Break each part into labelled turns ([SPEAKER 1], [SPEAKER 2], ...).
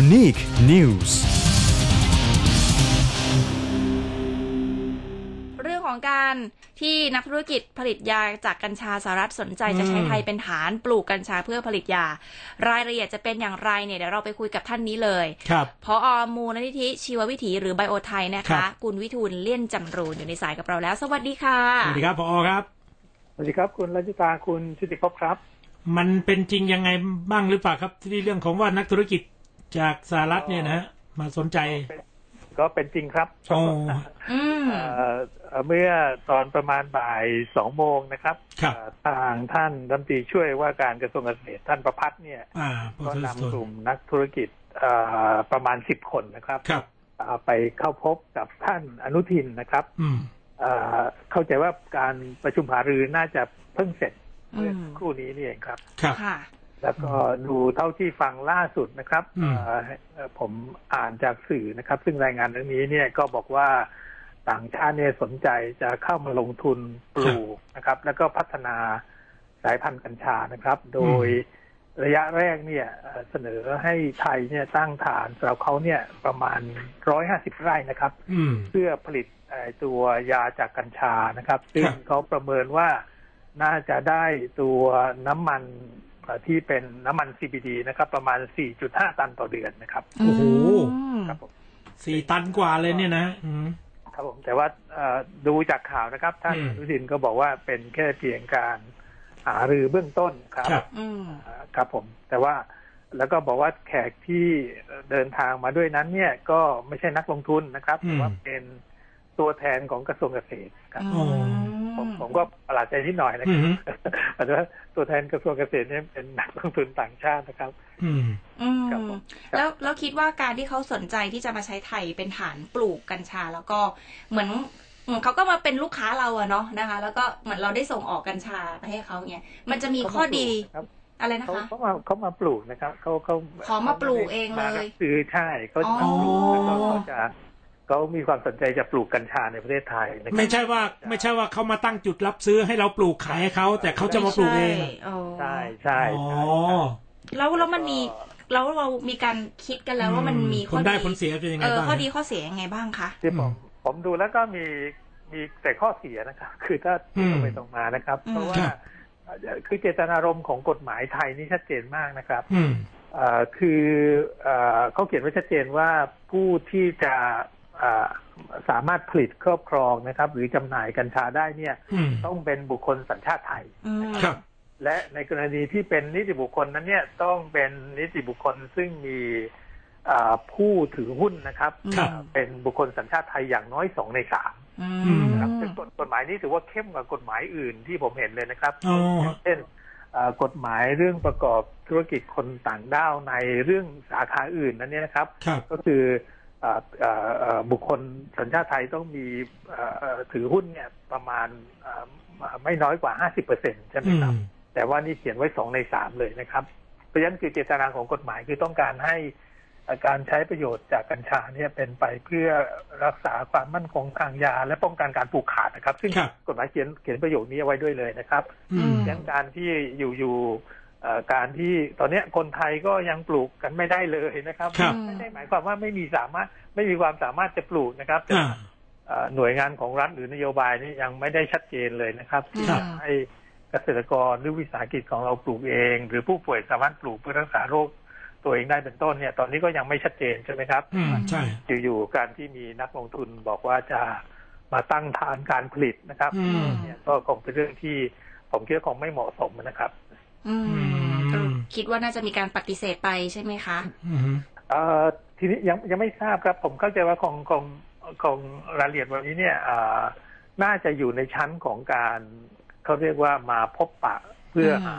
[SPEAKER 1] Unique News
[SPEAKER 2] เรื่องของการที่นักธุรกิจผลิตยาจากกัญชาสหรัฐสนใจจะใช้ไทยเป็นฐานปลูกกัญชาเพื่อผลิตยา รายละเอียดจะเป็นอย่างไรเนี่ยเดี๋ยวเราไปคุยกับท่านนี้เลย
[SPEAKER 3] ครับ
[SPEAKER 2] พอมูลนิธิชีววิถีหรือไบโอไทยนะ
[SPEAKER 3] ครั
[SPEAKER 2] คะ
[SPEAKER 3] บ
[SPEAKER 2] คุณวิทูลเลี่ยนจำรูนอยู่ในสายกับเราแล้ว สวัสดีค่ะ
[SPEAKER 3] สวัสดีครับพอครับ
[SPEAKER 4] สวัสดีครับ คุณรัชตาคุณชุติภพครับ
[SPEAKER 3] มันเป็นจริงยังไงบ้างหรือเปล่าครับ ที่เรื่องของว่านักธุรกิจจากสหรัฐเนี่ยนะฮะมาสนใจ
[SPEAKER 4] ก็เป็นจริงครับ
[SPEAKER 3] โอ้
[SPEAKER 2] อืม
[SPEAKER 4] เอ่อเอ่อเมื่อตอนประมาณบ่ายสองโมงนะครับ
[SPEAKER 3] ครับ
[SPEAKER 4] เอ่อทางท่านรัฐมนตรีช่วยว่าการกระทรวงเกษตรท่านประพัฒน์เนี่ย
[SPEAKER 3] อ่าพอ
[SPEAKER 4] ก็
[SPEAKER 3] สมควร
[SPEAKER 4] นำกลุ่มนักธุรกิจเอ่อประมาณสิบคนนะครับ
[SPEAKER 3] ครับ
[SPEAKER 4] เอ่อไปเข้าพบกับท่านอนุทินนะครับ
[SPEAKER 3] อืม
[SPEAKER 4] เอ่อเข้าใจว่าการประชุมหารือน่าจะเพิ่งเสร็จเมื่ออ
[SPEAKER 2] ม
[SPEAKER 4] สักครู่นี้นี่เองครับ
[SPEAKER 3] ครับ
[SPEAKER 2] ค่ะ
[SPEAKER 4] แล้วก็ดูเท่าที่ฟังล่าสุดนะครับ
[SPEAKER 3] อืม
[SPEAKER 4] เอ่อเอ่อผมอ่านจากสื่อนะครับ ซึ่งรายงานเรื่องนี้เนี่ยก็บอกว่าต่างชาติเนี่ยสนใจจะเข้ามาลงทุนปลูกนะครับ แล้วก็พัฒนาสายพันธุ์กัญชานะครับ โดยระยะแรกเนี่ยเอ่อเสนอให้ไทยเนี่ยตั้งฐานสำหรับเขาเนี่ยประมาณร้อยห้าสิบไร่นะครับ
[SPEAKER 3] อืม
[SPEAKER 4] เพื่อผลิตเอ่อตัวยาจากกัญชานะครับ ซึ่ง
[SPEAKER 3] ครับ
[SPEAKER 4] เขาประเมินว่าน่าจะได้ตัวน้ำมันเอ่อที่เป็นน้ำมัน CBD นะครับ ประมาณ 4.5 ตันต่อเดือนนะครับ
[SPEAKER 3] โอ้โห
[SPEAKER 2] ม
[SPEAKER 4] ครับผม
[SPEAKER 3] สี่ตันกว่าเลยเนี่ยนะอืม
[SPEAKER 4] ครับผมแต่ว่าเอ่อดูจากข่าวนะครับ ท่าน
[SPEAKER 3] อืม
[SPEAKER 4] อนุทินก็บอกว่าเป็นแค่เพียงการหารือเบื้องต้นครับ
[SPEAKER 3] ครับ
[SPEAKER 2] อืม
[SPEAKER 4] อ่าครับผมแต่ว่าแล้วก็บอกว่าแขกที่เดินทางมาด้วยนั้นเนี่ยก็ไม่ใช่นักลงทุนนะครับ
[SPEAKER 3] อืม
[SPEAKER 4] แต่ว่าเป็นตัวแทนของกระทรวงเกษตรครับ
[SPEAKER 3] โอ้
[SPEAKER 4] ผมผมก็ประหลาดใจนิดหน่อยนะ
[SPEAKER 3] อื
[SPEAKER 4] ค
[SPEAKER 3] ม
[SPEAKER 4] รับแต่ว่าตัวแทนกระทรวงเกษตรเนี่ยเป็นนักลงทุนต่างชาตินะครับ
[SPEAKER 3] อืม
[SPEAKER 2] อืม
[SPEAKER 4] ครับผมครับ
[SPEAKER 2] แล้วแล้วคิดว่าการที่เขาสนใจที่จะมาใช้ไทยเป็นฐานปลูกกัญชา แล้วก็เหมือนเหมือนเขาก็มาเป็นลูกค้าเราอะเนาะนะคะ แล้วก็เหมือนเราได้ส่งออกกัญชาไปให้เขาเนี่ยมันจะมีข้อดี
[SPEAKER 4] ครับ
[SPEAKER 2] อะไรนะ
[SPEAKER 4] เขา
[SPEAKER 2] คะ
[SPEAKER 4] เขามาเขามาปลูกนะครับเขาเขา
[SPEAKER 2] ขอมาปลูกเองเลย
[SPEAKER 4] มารับซื้อใช่เขาจะมาปลูก
[SPEAKER 2] อ๋อ
[SPEAKER 4] แล้วก็เขาจะเขามีความสนใจจะปลูกกัญชาในประเทศไทยนะครับ
[SPEAKER 3] ไม่ใช่ว่าไม่ใช่ว่าเขามาตั้งจุดรับซื้อให้เราปลูกขายให้เขาแต่เขาจะมาปลูกเอง
[SPEAKER 2] ไม่ใช่อ๋อ
[SPEAKER 4] ใช่ใช่
[SPEAKER 3] อ๋อ
[SPEAKER 4] ใช่ครับ
[SPEAKER 2] แล้วแล้วมันมีแล้วเรามีการคิดกันแล้วว่ามันมี
[SPEAKER 3] ผลได้ผลเสียเป็นยังไง
[SPEAKER 2] เออ
[SPEAKER 3] บ้าง
[SPEAKER 2] ข้อดีข้อเสียยังไงบ้างคะ
[SPEAKER 4] ที่ผม
[SPEAKER 3] อืม
[SPEAKER 4] ผมดูแล้วก็มีมีแต่ข้อเสียนะครับ คือถ้า
[SPEAKER 3] อืม
[SPEAKER 4] ตรงไปตรงมานะครับ เพราะว่า
[SPEAKER 3] ครับ
[SPEAKER 4] เอ่อคือเจตนารมณ์ของกฎหมายไทยนี่ชัดเจนมากนะครับ
[SPEAKER 3] อืม
[SPEAKER 4] เอ่อคือเอ่อเขาเขียนไว้ชัดเจนว่าผู้ที่จะเอ่อสามารถผลิตครอบครองนะครับ หรือจำหน่ายกัญชาได้เนี่ย
[SPEAKER 3] อืม
[SPEAKER 4] ต้องเป็นบุคคลสัญชาติไทย
[SPEAKER 2] อืม
[SPEAKER 3] ครับ
[SPEAKER 4] และในกรณีที่เป็นนิติบุคคลนั้นเนี่ยต้องเป็นนิติบุคคลซึ่งมีเอ่อผู้ถือหุ้นนะครับ
[SPEAKER 3] ครับ
[SPEAKER 4] เป็นบุคคลสัญชาติไทยอย่างน้อยสองในสาม
[SPEAKER 2] อืม
[SPEAKER 4] ครับซึ่งกฎกฎหมายนี้ถือว่าเข้มกว่ากฎหมายอื่นที่ผมเห็นเลยนะครับ
[SPEAKER 3] อ๋อ
[SPEAKER 4] เช่นเอ่อกฎหมายเรื่องประกอบธุรกิจคนต่างด้าวในเรื่องสาขาอื่นนั้นเนี่ยนะครับ
[SPEAKER 3] ครับ
[SPEAKER 4] ก็คือเอ่อเอ่อเอ่อบุคคลสัญชาติไทยต้องมีเอ่อเอ่อถือหุ้นเนี่ยประมาณเอ่อไม่น้อยกว่า 50%ใช่ไหม
[SPEAKER 3] อื
[SPEAKER 4] ครับ
[SPEAKER 3] ม
[SPEAKER 4] แต่ว่านี่เขียนไว้สองในสามเลยนะครับ เพราะฉะนั้นคือเจตนาของกฎหมายคือต้องการให้เอ่อการใช้ประโยชน์จากกัญชาเนี่ยเป็นไปเพื่อรักษาความมั่นคงทางยา และป้องกันการผูกขาดนะครับ ซึ่ง
[SPEAKER 3] ครับ
[SPEAKER 4] กฎหมายเขียนเขียนประโยคนี้เอาไว้ด้วยเลยนะครับ
[SPEAKER 3] อืม
[SPEAKER 4] ดังนั้นการที่อยู่ๆเอ่อการที่ตอนเนี้ยคนไทยก็ยังปลูกกันไม่ได้เลยนะครับ
[SPEAKER 3] ครับ
[SPEAKER 4] ไม่ได้หมายความว่าไม่มีสามารถไม่มีความสามารถจะปลูกนะครับแต่
[SPEAKER 3] อ่า
[SPEAKER 4] เอ่อหน่วยงานของรัฐหรือนโยบายนี่ยังไม่ได้ชัดเจนเลยนะครับที่
[SPEAKER 2] ครับ
[SPEAKER 4] จะให้เกษตรกรหรือวิสาหกิจของเราปลูกเอง หรือผู้ป่วยสามารถปลูกเพื่อรักษาโรคตัวเองได้เป็นต้นเนี่ย ตอนนี้ก็ยังไม่ชัดเจนใช่ไหมครับ
[SPEAKER 3] อืม ใช่
[SPEAKER 4] อยู่ๆการที่มีนักลงทุนบอกว่าจะมาตั้งฐานการผลิตนะครับ
[SPEAKER 3] อืม
[SPEAKER 4] เนี่ยก็คงเป็นเรื่องที่ผมคิดว่าคงไม่เหมาะสมนะครับ
[SPEAKER 2] อืม
[SPEAKER 3] อืม
[SPEAKER 2] คิดว่าน่าจะมีการปฏิเสธไปใช่ไหมคะ
[SPEAKER 3] อืม
[SPEAKER 4] เอ่อทีนี้ยังยังไม่ทราบครับ ผมเข้าใจว่าคงคงคงรายละเอียดวันนี้เนี่ยเอ่อน่าจะอยู่ในชั้นของการเขาเรียกว่ามาพบปะเพื่อหา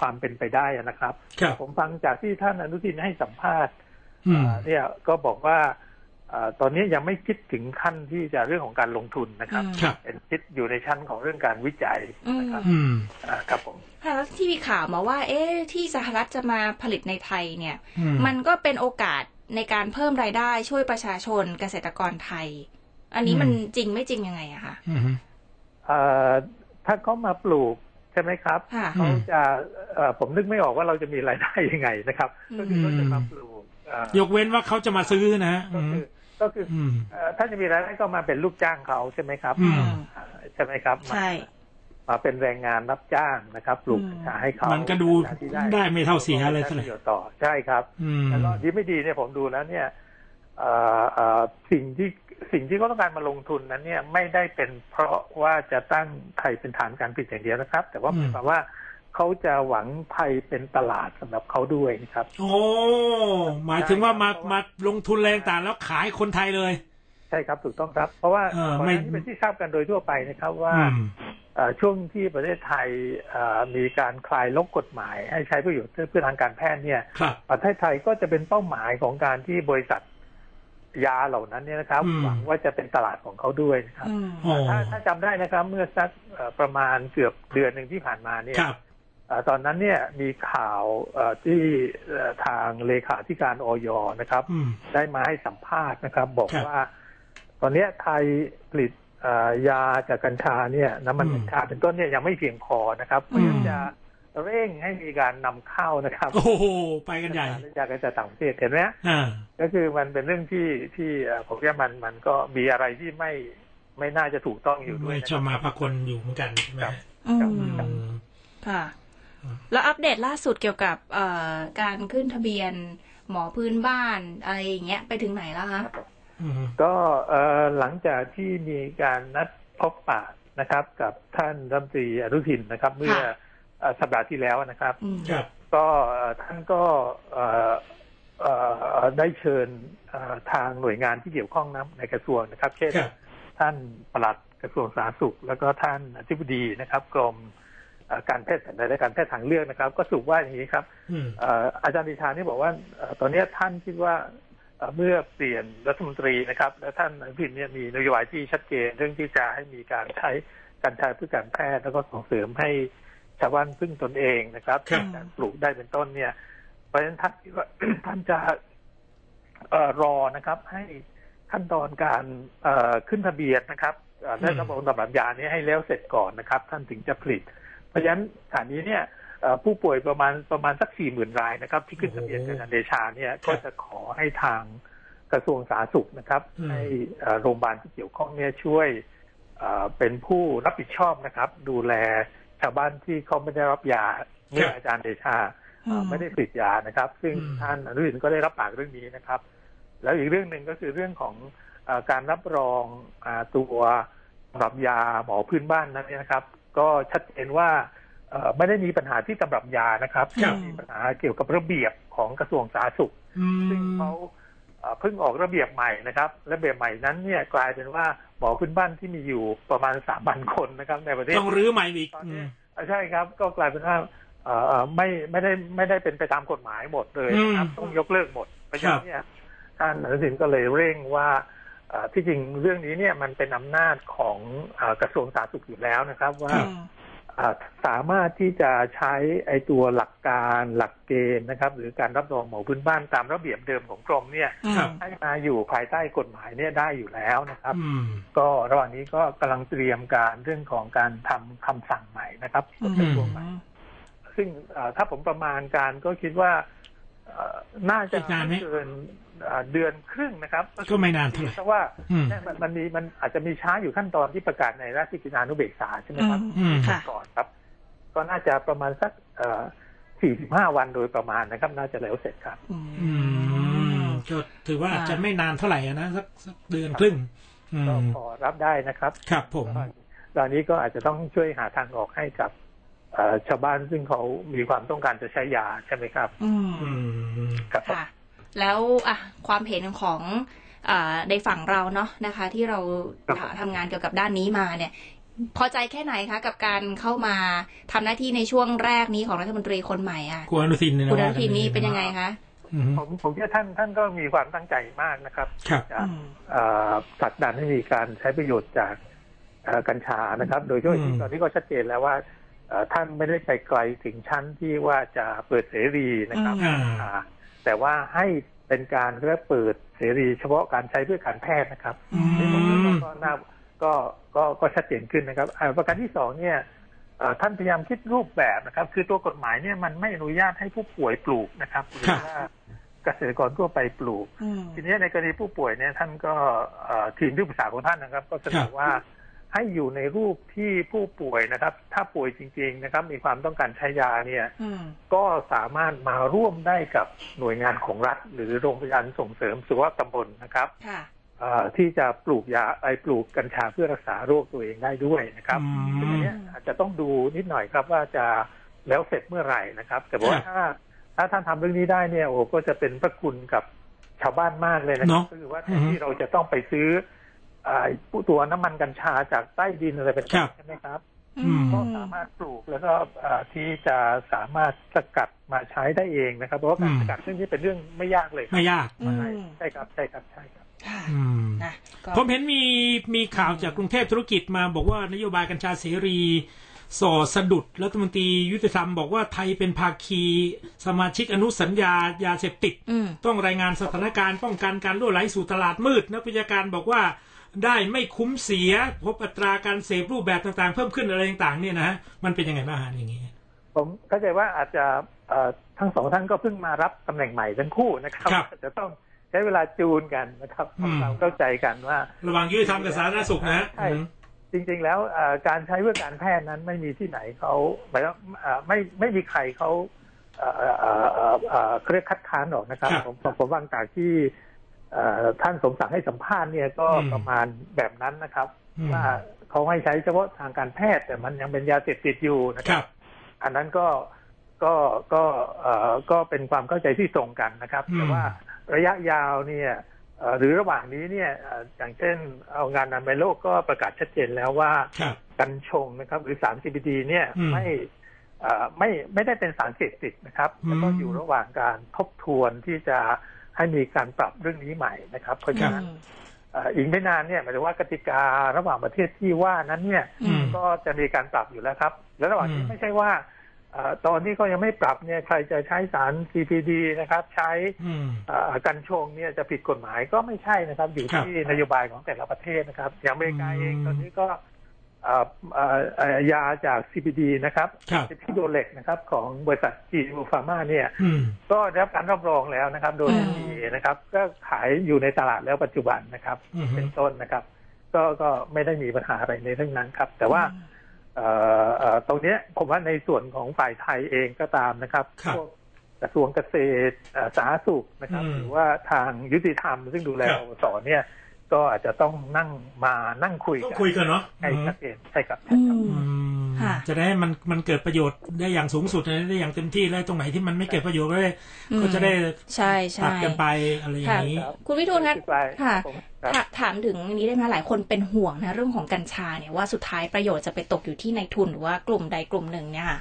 [SPEAKER 4] ความเป็นไปได้นะครับ
[SPEAKER 3] ครับ
[SPEAKER 4] ผมฟังจากที่ท่านอนุทินให้สัมภาษณ์
[SPEAKER 3] อืม
[SPEAKER 4] เอ่อเนี่ยก็บอกว่าเอ่อตอนนี้ยังไม่คิดถึงขั้นที่จะเรื่องของการลงทุนนะครับ
[SPEAKER 3] ครับ
[SPEAKER 4] เป็นคิดอยู่ในชั้นของเรื่องการวิจัยนะครับ
[SPEAKER 3] อืม
[SPEAKER 4] อ่าครับผม
[SPEAKER 2] ค่ะแล้วที่มีข่าวมาว่า เอ๊ะที่สหรัฐจะมาผลิตในไทยเนี่ย
[SPEAKER 3] อืม
[SPEAKER 2] มันก็เป็นโอกาสในการเพิ่มรายได้ช่วยประชาชนเกษตรกรไทย อันนี้
[SPEAKER 3] อืม
[SPEAKER 2] มันจริงไม่จริงยังไงอะคะ
[SPEAKER 3] อืม
[SPEAKER 4] เอ่อถ้าเขามาปลูกใช่ไหมครับ
[SPEAKER 2] ค่ะ
[SPEAKER 3] อื
[SPEAKER 4] เขา
[SPEAKER 3] ม
[SPEAKER 4] จะเอ่อผมนึกไม่ออกว่าเราจะมีรายได้ยังไงนะครับ ก็คือเขาจะมาปลูกเ เอ่อย
[SPEAKER 3] กเว้นว่าเขาจะมาซื้อนะฮะ
[SPEAKER 4] ก็
[SPEAKER 3] อืม
[SPEAKER 4] คือก็คือ
[SPEAKER 3] อืม
[SPEAKER 4] เอ่อถ้าจะมีรายได้ก็มาเป็นลูกจ้างเขาใช่ไหมครับ
[SPEAKER 3] อืม
[SPEAKER 4] ใช่ไหมครับมา
[SPEAKER 2] ใช่
[SPEAKER 4] มาเป็นแรงงานรับจ้างนะครับปลูก
[SPEAKER 2] อืม
[SPEAKER 4] กัญชาให้เขา
[SPEAKER 3] มันก็ดูได้ไม่เท่าเสียอะไรสัก
[SPEAKER 4] เล
[SPEAKER 3] เลย ย
[SPEAKER 4] โยชน์ต่อใช่ครับ
[SPEAKER 3] อืม
[SPEAKER 4] แล้วก็ดีไม่ดีเนี่ยผมดูแล้วเนี่ยเอ่อเอ่อสิ่งที่สิ่งที่เขาต้องการมาลงทุนนั้นเนี่ยไม่ได้เป็นเพราะว่าจะตั้งไทยเป็นฐานการผลิตอย่างเดียวนะครับ แต่ว่า
[SPEAKER 3] อื
[SPEAKER 4] ห
[SPEAKER 3] ม
[SPEAKER 4] มายความว่าเขาจะหวังไทยเป็นตลาดสำหรับเขาด้วยนะครับ
[SPEAKER 3] โอ้หมายถึงว่ามา
[SPEAKER 4] ใช่ครับ
[SPEAKER 3] มาลงทุนแรงต่างแล้วขายคนไทยเลย
[SPEAKER 4] ใช่ครับถูกต้องครับ เพราะว่า
[SPEAKER 3] เออ
[SPEAKER 4] ก่อนห
[SPEAKER 3] ไม่
[SPEAKER 4] น้านี้เป็นที่ทราบกันโดยทั่วไปนะครับว่า
[SPEAKER 3] อืม
[SPEAKER 4] เอ่อช่วงที่ประเทศไทยเอ่อมีการคลายล็อกกฎหมาย ให้ใช้ประโยชน์เพื่อทางการแพทย์เนี่ย
[SPEAKER 3] ครับ
[SPEAKER 4] ประเทศไทยก็จะเป็นเป้าหมายของการที่บริษัทยาเหล่านั้นเนี่ยนะครับ
[SPEAKER 3] อืม
[SPEAKER 4] หวังว่าจะเป็นตลาดของเขาด้วยนะครับ
[SPEAKER 2] อืม
[SPEAKER 3] โอ้
[SPEAKER 4] ถ้าถ้าจำได้นะครับ เมื่อสักเอ่อประมาณเกือบเดือนหนึ่งที่ผ่านมาเนี่ย
[SPEAKER 3] ครับ
[SPEAKER 4] เอ่อตอนนั้นเนี่ยมีข่าวเอ่อที่เอ่อทางเลขาธิการออยนะครับ
[SPEAKER 3] อืม
[SPEAKER 4] ได้มาให้สัมภาษณ์นะครับ บอก
[SPEAKER 3] ครับ
[SPEAKER 4] ว่า ตอนเนี้ยไทยผลิตเอ่อยาจากกัญชาเนี่ยน้ำมัน
[SPEAKER 3] อืม
[SPEAKER 4] กัญชาเป็นต้นเนี่ยยังไม่เพียงพอนะครับเพราะฉะนั้
[SPEAKER 3] อื
[SPEAKER 4] น
[SPEAKER 3] ม
[SPEAKER 4] จะเร่งให้มีการนำเข้านะครับ
[SPEAKER 3] โอ้โหไปกันใหญ่
[SPEAKER 4] ยากันจากต่างประเทศเห็นไหมฮะ
[SPEAKER 3] อ่า
[SPEAKER 4] ก็คือมันเป็นเรื่องที่ที่เอ่อผมว่ามันมันก็มีอะไรที่ไม่ไม่น่าจะถูกต้องอยู่ด้ว
[SPEAKER 3] ไม่
[SPEAKER 4] ยนะ
[SPEAKER 3] ช
[SPEAKER 4] ค
[SPEAKER 3] อ
[SPEAKER 4] รั
[SPEAKER 3] บบ มาพากลอยู่เหมือนกันใช่ไหม
[SPEAKER 4] ครับ
[SPEAKER 2] อื
[SPEAKER 4] ครับ
[SPEAKER 2] ม
[SPEAKER 3] อืม
[SPEAKER 2] ค่ะ
[SPEAKER 3] อืม
[SPEAKER 2] แล้วอัปเดตล่าสุดเกี่ยวกับเอ่อการขึ้นทะเบียนหมอพื้นบ้านอะไรอย่างเงี้ยไปถึงไหนแล้วคะ
[SPEAKER 3] อืม
[SPEAKER 4] ก็เอ่อหลังจากที่มีการนัดพบปะนะครับ กับท่านรัฐมนตรีอนุทินนะครับ เมื่อ
[SPEAKER 2] ค่ะ
[SPEAKER 4] เอ่อสัปดาห์ที่แล้วนะครับ
[SPEAKER 2] อืม
[SPEAKER 3] ครับ
[SPEAKER 4] ก็เอ่อท่านก็เอ่อเอ่อได้เชิญเอ่อทางหน่วยงานที่เกี่ยวข้องนะในกระทรวงนะครับ เช่น
[SPEAKER 3] ครับ
[SPEAKER 4] ท่านปลัดกระทรวงสาธารณสุข แล้วก็ท่านอธิบดีนะครับกรมเอ่อการแพทย์แผนไทยและการแพทย์ทางเลือกนะครับ ก็สรุปว่าอย่างนี้ครับ
[SPEAKER 3] อืม
[SPEAKER 4] เอ่ออาจารย์ดิชานี่บอกว่าเอ่อตอนเนี้ยท่านคิดว่าเอ่อเมื่อเปลี่ยนรัฐมนตรีนะครับ และท่านอภินเนี่ยมีนโยบายที่ชัดเจนเรื่องที่จะให้มีการใช้กัญชาเพื่อการแพทย์แล้วก็ส่งเสริมให้ชาวบ้านพึ่งตนเองนะครับ
[SPEAKER 3] ครับ
[SPEAKER 4] การปลูกได้เป็นต้นเนี่ย เพราะฉะนั้นท่านคิดว่า ท่านจะเอ่อรอนะครับ ให้ขั้นตอนการเอ่อขึ้นทะเบียนนะครับเอ่อได้รับ
[SPEAKER 3] อืม
[SPEAKER 4] องค์ตำรับยานี้ให้แล้วเสร็จก่อนนะครับ ท่านถึงจะผลิต เพราะฉะนั้นขณะนี้เนี่ยเอ่อผู้ป่วยประมาณประมาณสักสี่หมื่นรายนะครับ ที่ขึ้นทะเบียนกับอาจารย์เดชาเนี่ยก็จะขอให้ทางกระทรวงสาธารณสุขนะครับ
[SPEAKER 3] อืม
[SPEAKER 4] ให้เอ่อโรงพยาบาลที่เกี่ยวข้องเนี่ยช่วยเอ่อเป็นผู้รับผิดชอบนะครับ ดูแลชาวบ้านที่เขาไม่ได้รับยาเมื่ออาจารย์เดชา อ่าไม่ได้ผลิตยานะครับ ซึ่ง
[SPEAKER 3] อืม
[SPEAKER 4] ท่านอนุทินก็ได้รับปากเรื่องนี้นะครับ แล้วอีกเรื่องหนึ่งก็คือเรื่องของเออการรับรองอาตัวสำหรับยาหมอพื้นบ้านนั้นเนี่ยนะครับ ก็ชัดเจนว่าเอ่อไม่ได้มีปัญหาที่ตำรับยานะครับ
[SPEAKER 2] ครับ
[SPEAKER 4] แต่มีปัญหาเกี่ยวกับระเบียบของกระทรวงสาธารณสุข
[SPEAKER 3] อืม
[SPEAKER 4] ซึ่งเขาเอ่อเพิ่งออกระเบียบใหม่นะครับ ระเบียบใหม่นั้นเนี่ยกลายเป็นว่าหมอพื้นบ้านที่มีอยู่ประมาณสามพันคนนะครับในประเทศ
[SPEAKER 3] ต้องรื้อใหม่อีก
[SPEAKER 4] ตอน
[SPEAKER 3] อื
[SPEAKER 4] นี้
[SPEAKER 3] ม
[SPEAKER 4] อ่ะใช่ครับก็กลายเป็นว่าเอ่อเอ่อไม่ไม่ได้ไม่ได้เป็นไปตามกฎหมายหมดเลยนะครับ
[SPEAKER 3] อืม
[SPEAKER 4] ต้องยกเลิกหมดเพราะฉะนั้นเนี่ยท่านอนุทินก็เลยเร่งว่าเอ่อที่จริงเรื่องนี้เนี่ยมันเป็นอำนาจของเอ่อกระทรวงสาธารณสุขอยู่แล้วนะครับ ว่า
[SPEAKER 3] ครับ
[SPEAKER 4] เอ่อสามารถที่จะใช้ไอตัวหลักการหลักเกณฑ์นะครับ หรือการรับรองหมอพื้นบ้านตามระเบียบเดิมของกรมเนี่ย
[SPEAKER 3] ครับ
[SPEAKER 4] ให้มาอยู่ภายใต้กฎหมายเนี่ยได้อยู่แล้วนะครับ
[SPEAKER 3] อืม
[SPEAKER 4] ก็ระหว่างนี้ก็กำลังเตรียมการเรื่องของการทำคำสั่งใหม่นะครับกฎกระทรวงใหม่ซึ่งเอ่อถ้าผมประมาณการก็คิดว่าเอ่อน่าจะ
[SPEAKER 3] อีกนานไหม
[SPEAKER 4] ไม่เกินเอ่อเดือนครึ่งนะครับ
[SPEAKER 3] ก็ไม่นานเท่าไหร่
[SPEAKER 4] เพราะว่า
[SPEAKER 3] อืม
[SPEAKER 4] เนี่ยมันมันมีมันอาจจะมีช้าอยู่ขั้นตอนที่ประกาศในราชกิจจานุเบกษาใช่ไหมครับ
[SPEAKER 3] อืม
[SPEAKER 2] ค่ะ
[SPEAKER 4] ก่อนครับ ก็น่าจะประมาณสักสี่สิบห้าวันโดยประมาณนะครับ น่าจะแล้วเสร็จครับ
[SPEAKER 3] อืมก็ถือว่า
[SPEAKER 2] อ่า
[SPEAKER 3] จะไม่นานเท่าไหร่อะนะสักสักเดือนครึ่ง อื
[SPEAKER 4] ก็
[SPEAKER 3] ม
[SPEAKER 4] พอรับได้นะครับ
[SPEAKER 3] ครับผม
[SPEAKER 4] ตอนนี้ก็อาจจะต้องช่วยหาทางออกให้กับเอ่อชาวบ้านซึ่งเขามีความต้องการจะใช้ยาใช่ไหมครับ
[SPEAKER 2] อืม
[SPEAKER 3] อืม
[SPEAKER 4] ครับ
[SPEAKER 2] ค่ะ แล้วอ่ะความเห็นของอ่าในฝั่งเราเนาะนะคะ ที่เราทำงานเกี่ยวกับด้านนี้มาเนี่ย พอใจแค่ไหนคะ กับการเข้ามาทำหน้าที่ในช่วงแรกนี้ของรัฐมนตรีคนใหม่อ่ะ
[SPEAKER 3] คุณอนุทินเยะ
[SPEAKER 2] คุณอนุทินนี่เป็นยังไงคะ
[SPEAKER 3] อืม
[SPEAKER 4] ผมผมคิดว่าท่านท่านก็มีความตั้งใจมากนะครับ
[SPEAKER 3] ครับ
[SPEAKER 4] จะ
[SPEAKER 2] อืม
[SPEAKER 4] เอ่อผลักดันให้มีการใช้ประโยชน์จากเอ่อกัญชานะครับ โดยเฉพาะอย่างยิ่ง
[SPEAKER 3] อืม
[SPEAKER 4] ตอนนี้ก็ชัดเจนแล้วว่าเอ่อท่านไม่ได้ไปไกลถึงชั้นที่ว่าจะเปิดเสรีนะครับ
[SPEAKER 3] อ่า
[SPEAKER 4] อ่าแต่ว่าให้เป็นการเรียกว่าเปิดเสรี เฉพาะการใช้เพื่อการแพทย์นะครับ
[SPEAKER 3] อื
[SPEAKER 4] นี่ผมคิด
[SPEAKER 3] ม
[SPEAKER 4] ว่าก็น่าก็ก็ก็ชัดเจนขึ้นนะครับอ่าประการที่สองเนี่ยเอ่อท่านพยายามคิดรูปแบบนะครับ คือตัวกฎหมายเนี่ยมันไม่อนุญาตให้ผู้ป่วยปลูกนะครับหรื
[SPEAKER 3] ครับ
[SPEAKER 4] ว่า เกษตรกรทั่วไปปลูก
[SPEAKER 2] อืม
[SPEAKER 4] ทีนี้ในกรณีผู้ป่วยเนี่ยท่านก็เอ่อทีมที่ปรึกษาของท่านนะครับ ก็เสน
[SPEAKER 3] ครั
[SPEAKER 4] อบ ว่าให้อยู่ในรูปที่ผู้ป่วยนะครับ ถ้าป่วยจริง ๆนะครับ มีความต้องการใช้ยาเนี่ย
[SPEAKER 2] อืม
[SPEAKER 4] ก็สามารถมาร่วมได้กับหน่วยงานของรัฐ หรือโรงพยาบาลส่งเสริมสุขภาพตำบลนะครับ
[SPEAKER 2] ค่ะ
[SPEAKER 4] เอ่อที่จะปลูกยาไอปลูกกัญชาเพื่อรักษาโรคตัวเองได้ด้วยนะครับ
[SPEAKER 3] อื
[SPEAKER 4] ซึ่ง
[SPEAKER 3] ม
[SPEAKER 4] อันเนี้ยอาจจะต้องดูนิดหน่อยครับว่าจะแล้วเสร็จเมื่อไหร่นะครับ แต่ว่า
[SPEAKER 3] ครับ
[SPEAKER 4] ถ้าถ้าท่านทำเรื่องนี้ได้เนี่ยโอ้โหก็จะเป็นพระคุณกับชาวบ้านมากเลยนะครั
[SPEAKER 3] เนาะ
[SPEAKER 4] บก็คือว่าแท
[SPEAKER 3] อือน ฮึ
[SPEAKER 4] ที่เราจะต้องไปซื้อเอ่อตัวน้ำมันกัญชาจากใต้ดินอะไรเป็น
[SPEAKER 3] ค
[SPEAKER 4] ต้
[SPEAKER 3] รั
[SPEAKER 4] น
[SPEAKER 3] บ
[SPEAKER 4] ใช่ไหมครับ
[SPEAKER 2] อืม
[SPEAKER 4] ก็สามารถปลูกแล้วก็เอ่อที่จะสามารถสกัดมาใช้ได้เองนะครับ เพราะว่าการ
[SPEAKER 3] อืม
[SPEAKER 4] สกัดเรื่องนี้เป็นเรื่องไม่ยากเลยครั
[SPEAKER 3] ไม่
[SPEAKER 4] บ
[SPEAKER 3] ยาก
[SPEAKER 2] อืม
[SPEAKER 4] ใช่ใช่ครับใช่ครับใช่ครับ
[SPEAKER 2] ค่ะ
[SPEAKER 3] อืม
[SPEAKER 2] นะก็
[SPEAKER 3] ผมเห็นมีมีข่าวจากกรุงเทพธุรกิจมาบอกว่านโยบายกัญชาเสรีส่อสะดุดรัฐมนตรียุติธรรมบอกว่าไทยเป็นภาคีสมาชิกอนุสัญญายาเสพติด
[SPEAKER 2] อืม
[SPEAKER 3] ต้องรายงานสถานการณ์ป้องกันการรั่วไหลสู่ตลาดมืดนักวิชาการบอกว่าได้ไม่คุ้มเสีย พบอัตราการเสพรูปแบบต่างๆ เพิ่มขึ้นอะไรต่างๆเนี่ยนะฮะมันเป็นยังไงบ้างฮะอย่างงี้
[SPEAKER 4] ผมเข้าใจว่าอาจจะเอ่อทั้งสองท่านก็เพิ่งมารับตำแหน่งใหม่ทั้งคู่นะครับ
[SPEAKER 3] ครับ
[SPEAKER 4] อาจจะต้องใช้เวลาจูนกันนะครับ
[SPEAKER 3] อืม
[SPEAKER 4] ทำความเข้าใจกันว่า
[SPEAKER 3] ระหว่างยุติธรรมกับสาธารณสุขนะฮะ
[SPEAKER 4] ใช่
[SPEAKER 3] อืม
[SPEAKER 4] จริงๆแล้วเอ่อการใช้เพื่อการแพทย์นั้นไม่มีที่ไหนเขาหมายว่าเอ่อไม่ไม่มีใครเขาเอ่อเอ่อเอ่อเอ่อเรียกคัดค้านหรอกนะครับ
[SPEAKER 3] ครับ
[SPEAKER 4] ผมผมผมวางจากที่เอ่อท่านสมศักดิ์ให้สัมภาษณ์เนี่ยก็
[SPEAKER 3] อืม
[SPEAKER 4] ประมาณแบบนั้นนะครับ
[SPEAKER 3] อืม
[SPEAKER 4] ว่าเขาให้ใช้เฉพาะทางการแพทย์แต่มันยังเป็นยาเสพติดอยู่นะค
[SPEAKER 3] ครับ รับ
[SPEAKER 4] อันนั้นก็ก็ก็เอ่อก็เป็นความเข้าใจที่ตรงกันนะครับ
[SPEAKER 3] อืม
[SPEAKER 4] แต่ว่าระยะยาวเนี่ยเอ่อหรือระหว่างนี้เนี่ยเอ่ออย่างเช่นเอางานอนามัยโลกก็ประกาศชัดเจนแล้วว่า
[SPEAKER 3] ครับ
[SPEAKER 4] กัญชงนะครับ หรือสาร CBD เนี่ย
[SPEAKER 3] อืม
[SPEAKER 4] ไม่เอ่อไม่ไม่ได้เป็นสารเสพติดนะครับ
[SPEAKER 3] อืม
[SPEAKER 4] แล้วก็อยู่ระหว่างการทบทวนที่จะให้มีการปรับเรื่องนี้ใหม่นะครับ เพราะฉะนั้นเอ่ออีกไม่นานเนี่ยหมายถึงว่ากติการะหว่างประเทศที่ว่านั้นเนี่ย
[SPEAKER 3] อืม
[SPEAKER 4] ก็จะมีการปรับอยู่แล้วครับ แล้วระหว่าง
[SPEAKER 3] อื
[SPEAKER 4] ที่
[SPEAKER 3] ม
[SPEAKER 4] ไม่ใช่ว่าเอ่อตอนนี้ก็ยังไม่ปรับเนี่ยใครจะใช้สาร CPD นะครับ ใช้
[SPEAKER 3] อืม
[SPEAKER 4] เอ่อกัญชงเนี่ยจะผิดกฎหมายก็ไม่ใช่นะครับ อยู่
[SPEAKER 3] ครับ
[SPEAKER 4] ที่นโยบายของแต่ละประเทศนะครับ อย่างอเมริกาเอง
[SPEAKER 3] อืม
[SPEAKER 4] ตอนนี้ก็เอ่อเอ่อเอ่อยาจาก CPD นะครับ
[SPEAKER 3] ครับ
[SPEAKER 4] ที่โดเล็กนะครับ ของบริษัทจีนูฟาร์มาเนี่ย
[SPEAKER 3] อืม
[SPEAKER 4] ก็ได้รับการรับรองแล้วนะครับ โดย
[SPEAKER 2] อืม
[SPEAKER 4] ทีนะครับ ก็ขายอยู่ในตลาดแล้วปัจจุบันนะครับ
[SPEAKER 3] อือฮึ
[SPEAKER 4] เป็นต้นนะครับ ก็ก็ไม่ได้มีปัญหาอะไรในเรื่องนั้นครับ แต่ว่า เอ่อเอ่อตรงเนี้ยผมว่าในส่วนของฝ่ายไทยเองก็ตามนะครับ
[SPEAKER 3] ครับ
[SPEAKER 4] พวกกระทรวงเกษตรเอ่อสาธารณสุขนะครับ
[SPEAKER 3] อืม
[SPEAKER 4] หรือว่าทางยุติธรรม ซึ่งดูแล
[SPEAKER 3] ครับ
[SPEAKER 4] อสเนี่ย ก็อาจจะต้องนั่งมานั่งคุย
[SPEAKER 3] ต้อง
[SPEAKER 4] กัน
[SPEAKER 3] คุยกันเนาะ
[SPEAKER 4] ให้
[SPEAKER 3] อืม
[SPEAKER 4] ชัดเจนใช่ครับ
[SPEAKER 2] อืม
[SPEAKER 3] อืม
[SPEAKER 2] ค่ะ
[SPEAKER 3] จะได้ให้มันมันเกิดประโยชน์ได้อย่างสูงสุดนะได้อย่างเต็มที่และตรงไหนที่มันไม่เกิดประโยชน์ก็ได้ก็จะได้
[SPEAKER 2] ใช่ใช่
[SPEAKER 3] ตัดกันไปอะไรอย่า
[SPEAKER 2] ค่ะ
[SPEAKER 3] งนี้
[SPEAKER 4] ครับ
[SPEAKER 2] คุณวิทูลคะ
[SPEAKER 4] อธิบาย
[SPEAKER 2] ค่ะ
[SPEAKER 4] ผมครับ
[SPEAKER 2] ถาถามถึงอันนี้ได้ไหมหลายคนเป็นห่วงนะเรื่องของกัญชาเนี่ยว่าสุดท้ายประโยชน์จะไปตกอยู่ที่ในายทุนหรือว่ากลุ่มใดกลุ่มหนึ่งเนี่ยค่ะ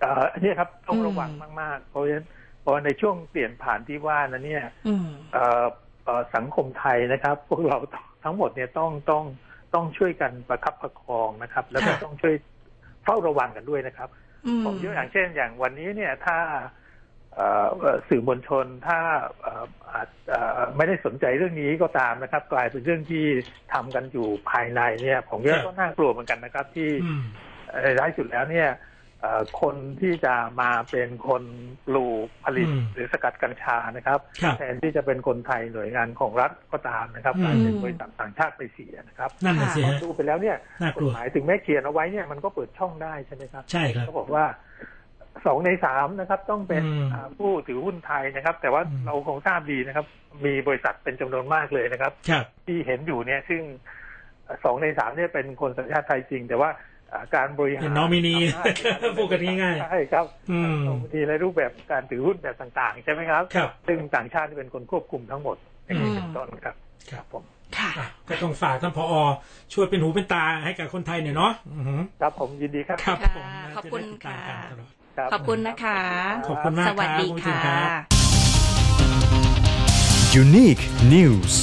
[SPEAKER 4] เอ่ออันนี้ครับต้อง
[SPEAKER 2] อืม
[SPEAKER 4] ระวังมาก ๆ เพราะฉะนั้นเพราะในช่วงเปลี่ยนผ่านที่ว่านั้นเนี่ย
[SPEAKER 2] อืม
[SPEAKER 4] เอ่อเอ่อสังคมไทยนะครับ พวกเราทั้งหมดเนี่ยต้องต้องต้องช่วยกันประคับประคองนะครับ แล้วก็
[SPEAKER 2] ค่ะ
[SPEAKER 4] ต้องช่วยเฝ้าระวังกันด้วยนะครับ
[SPEAKER 2] อืม
[SPEAKER 4] ผมยกอย่างเช่นอย่างวันนี้เนี่ยถ้าเอ่อเอ่อสื่อมวลชนถ้าเอ่ออาจเอ่อไม่ได้สนใจเรื่องนี้ก็ตามนะครับ กลายเป็นเรื่องที่ทำกันอยู่ภายในเนี่ย ผมคิด
[SPEAKER 3] ครั
[SPEAKER 4] ว่า
[SPEAKER 3] บ
[SPEAKER 4] ก็น่ากลัวเหมือนกันนะครับ ที่
[SPEAKER 3] อืม
[SPEAKER 4] เอ่อท้ายสุดแล้วเนี่ยเอ่อคนที่จะมาเป็นคนปลูกผลิต
[SPEAKER 3] อืม
[SPEAKER 4] หรือสกัดกัญชานะครับ
[SPEAKER 3] ครับ
[SPEAKER 4] แทนที่จะเป็นคนไทยหน่วยงานของรัฐก็ตามนะครับ
[SPEAKER 3] อืม
[SPEAKER 4] กลายเป็นบริษัทต่างชาติไปเสียนะครับ
[SPEAKER 3] นั่นน่ะสิ
[SPEAKER 4] พอ
[SPEAKER 3] ฮะ
[SPEAKER 4] ดูไปแล้วเนี่ย
[SPEAKER 3] น่าก
[SPEAKER 4] กฎ
[SPEAKER 3] ลัว
[SPEAKER 4] หมายถึงแม้เขียนเอาไว้เนี่ยมันก็เปิดช่องได้ใช่ไหมครับ
[SPEAKER 3] ใช่ครับ
[SPEAKER 4] เขาบอกว่าสองในสามนะครับ ต้องเป็น
[SPEAKER 3] อืม
[SPEAKER 4] อ่าผู้ถือหุ้นไทยนะครับ แต่ว่า
[SPEAKER 3] อืม
[SPEAKER 4] เราคงทราบดีนะครับ มีบริษัทเป็นจำนวนมากเลยนะครับ
[SPEAKER 3] ครับ
[SPEAKER 4] ที่เห็นอยู่เนี่ยซึ่งสองในสามเนี่ยเป็นคนสัญชาติไทยจริง แต่ว่าอ่าการบริหาร
[SPEAKER 3] เป็น nominee
[SPEAKER 4] อำนาจเย
[SPEAKER 3] พูดกันง่ายๆ
[SPEAKER 4] ใช่ครับ
[SPEAKER 3] อืม
[SPEAKER 4] มีในรูปแบบการถือหุ้นแบบต่างๆ ใช่ไหมครับ
[SPEAKER 3] ครับ
[SPEAKER 4] ซึ่งต่างชาติเป็นคนควบคุมทั้งหมดอย่างนี้เป็นต้นครับ
[SPEAKER 3] ครับ
[SPEAKER 4] ผม
[SPEAKER 2] ค่ะ
[SPEAKER 3] อ่ะก็ต้องฝากท่านพอช่วยเป็นหูเป็นตาให้กับคนไทยหน่อยเนาะอือหือ
[SPEAKER 4] ครับผมยินดีครับ
[SPEAKER 3] ครับ
[SPEAKER 2] ค่ะ
[SPEAKER 3] ผมนะ
[SPEAKER 2] ขอบคุณค่ะ
[SPEAKER 3] จได้ติดตามกันตลอด
[SPEAKER 4] รั
[SPEAKER 2] ขอบคุณนะคะ
[SPEAKER 4] รับ
[SPEAKER 3] ขอบคุณมาก
[SPEAKER 2] สวัสดี
[SPEAKER 3] ครับคุณผู้ชม
[SPEAKER 2] ค่
[SPEAKER 3] ครับ
[SPEAKER 2] ะ
[SPEAKER 1] Unique News.